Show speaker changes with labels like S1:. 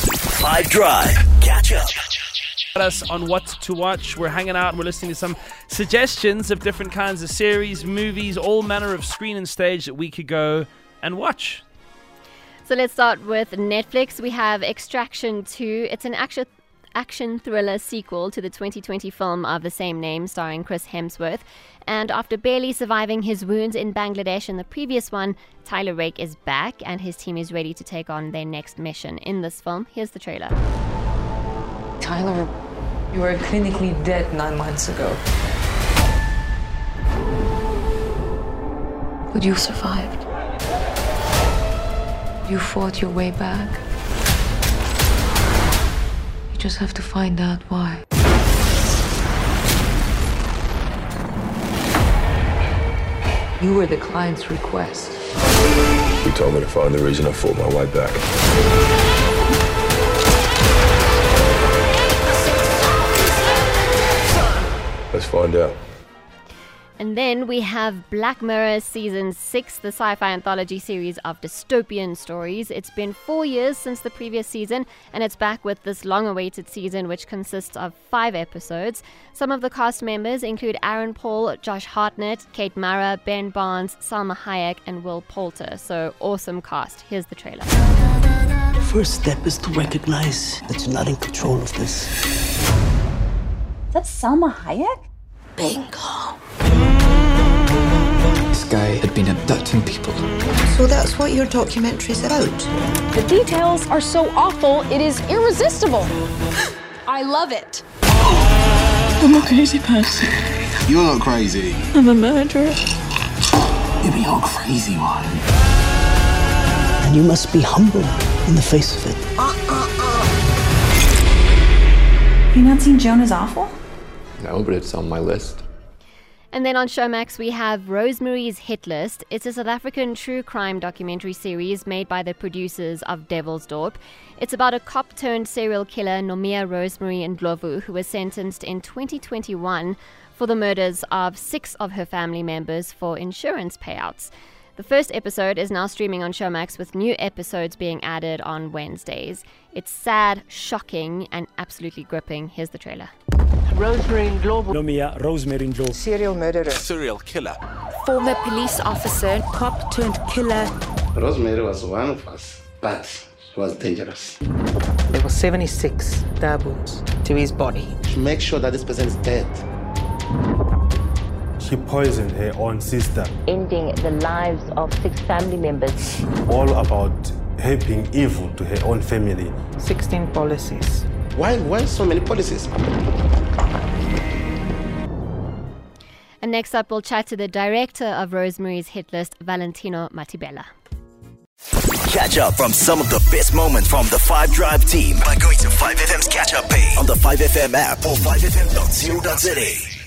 S1: Five Drive. Catch up.
S2: Tell us on what to watch. We're hanging out and we're listening to some suggestions of different kinds of series, movies, all manner of screen and stage that we could go and watch.
S3: So let's start with Netflix. We have Extraction 2. It's an action action thriller sequel to the 2020 film of the same name starring Chris Hemsworth. And after barely surviving his wounds in Bangladesh in the previous one, Tyler Rake is back and his team is ready to take on their next mission in this film. Here's the trailer.
S4: Tyler, you were clinically dead nine months ago. But you survived. You fought your way back. You just have to find out why. You were the client's request.
S5: He told me to find the reason I fought my way back. Let's find out.
S3: And then we have Black Mirror Season 6, the sci fi anthology series of dystopian stories. It's been four years since the previous season, and it's back with this long awaited season, which consists of five episodes. Some of the cast members include Aaron Paul, Josh Hartnett, Kate Mara, Ben Barnes, Salma Hayek, and Will Poulter. So, awesome cast. Here's the trailer.
S1: The first step is to recognize that you're not in control of this.
S6: That's Salma Hayek?
S7: This guy had been abducting people.
S8: So that's what your documentary's about.
S6: The details are so awful, it is irresistible. I love it.
S9: I'm a crazy person.
S7: You're not crazy.
S9: I'm a murderer.
S7: You'd be your crazy one.
S1: And you must be humble in the face of it.
S6: You not seen Jonah's Awful?
S7: No, but it's on my list.
S3: And then on Showmax, we have Rosemary's Hit List. It's a South African true crime documentary series made by the producers of Devilsdorp. It's about a cop turned serial killer, Nomia Rosemary Ndlovu, who was sentenced in 2021 for the murders of six of her family members for insurance payouts. The first episode is now streaming on Showmax with new episodes being added on Wednesdays. It's sad, shocking, and absolutely gripping. Here's the trailer.
S10: Nomia Rosemary Ndlovu.
S4: Serial murderer.
S11: former police officer, cop turned killer.
S7: Rosemary was one of us, but she was dangerous.
S10: There were 76 stab wounds to his body.
S7: Make sure that this person is dead.
S5: She poisoned her own sister,
S11: Ending the lives of six family members.
S5: all about helping evil to her own family.
S9: 16 policies.
S7: Why, why so many policies?
S3: And next up, we'll chat to the director of Rosemary's Hit List, Valentino Matibella.
S1: Catch up from some of the best moments from the Five Drive team by going to 5FM's catch up page on the 5FM app or 5FM.co.za.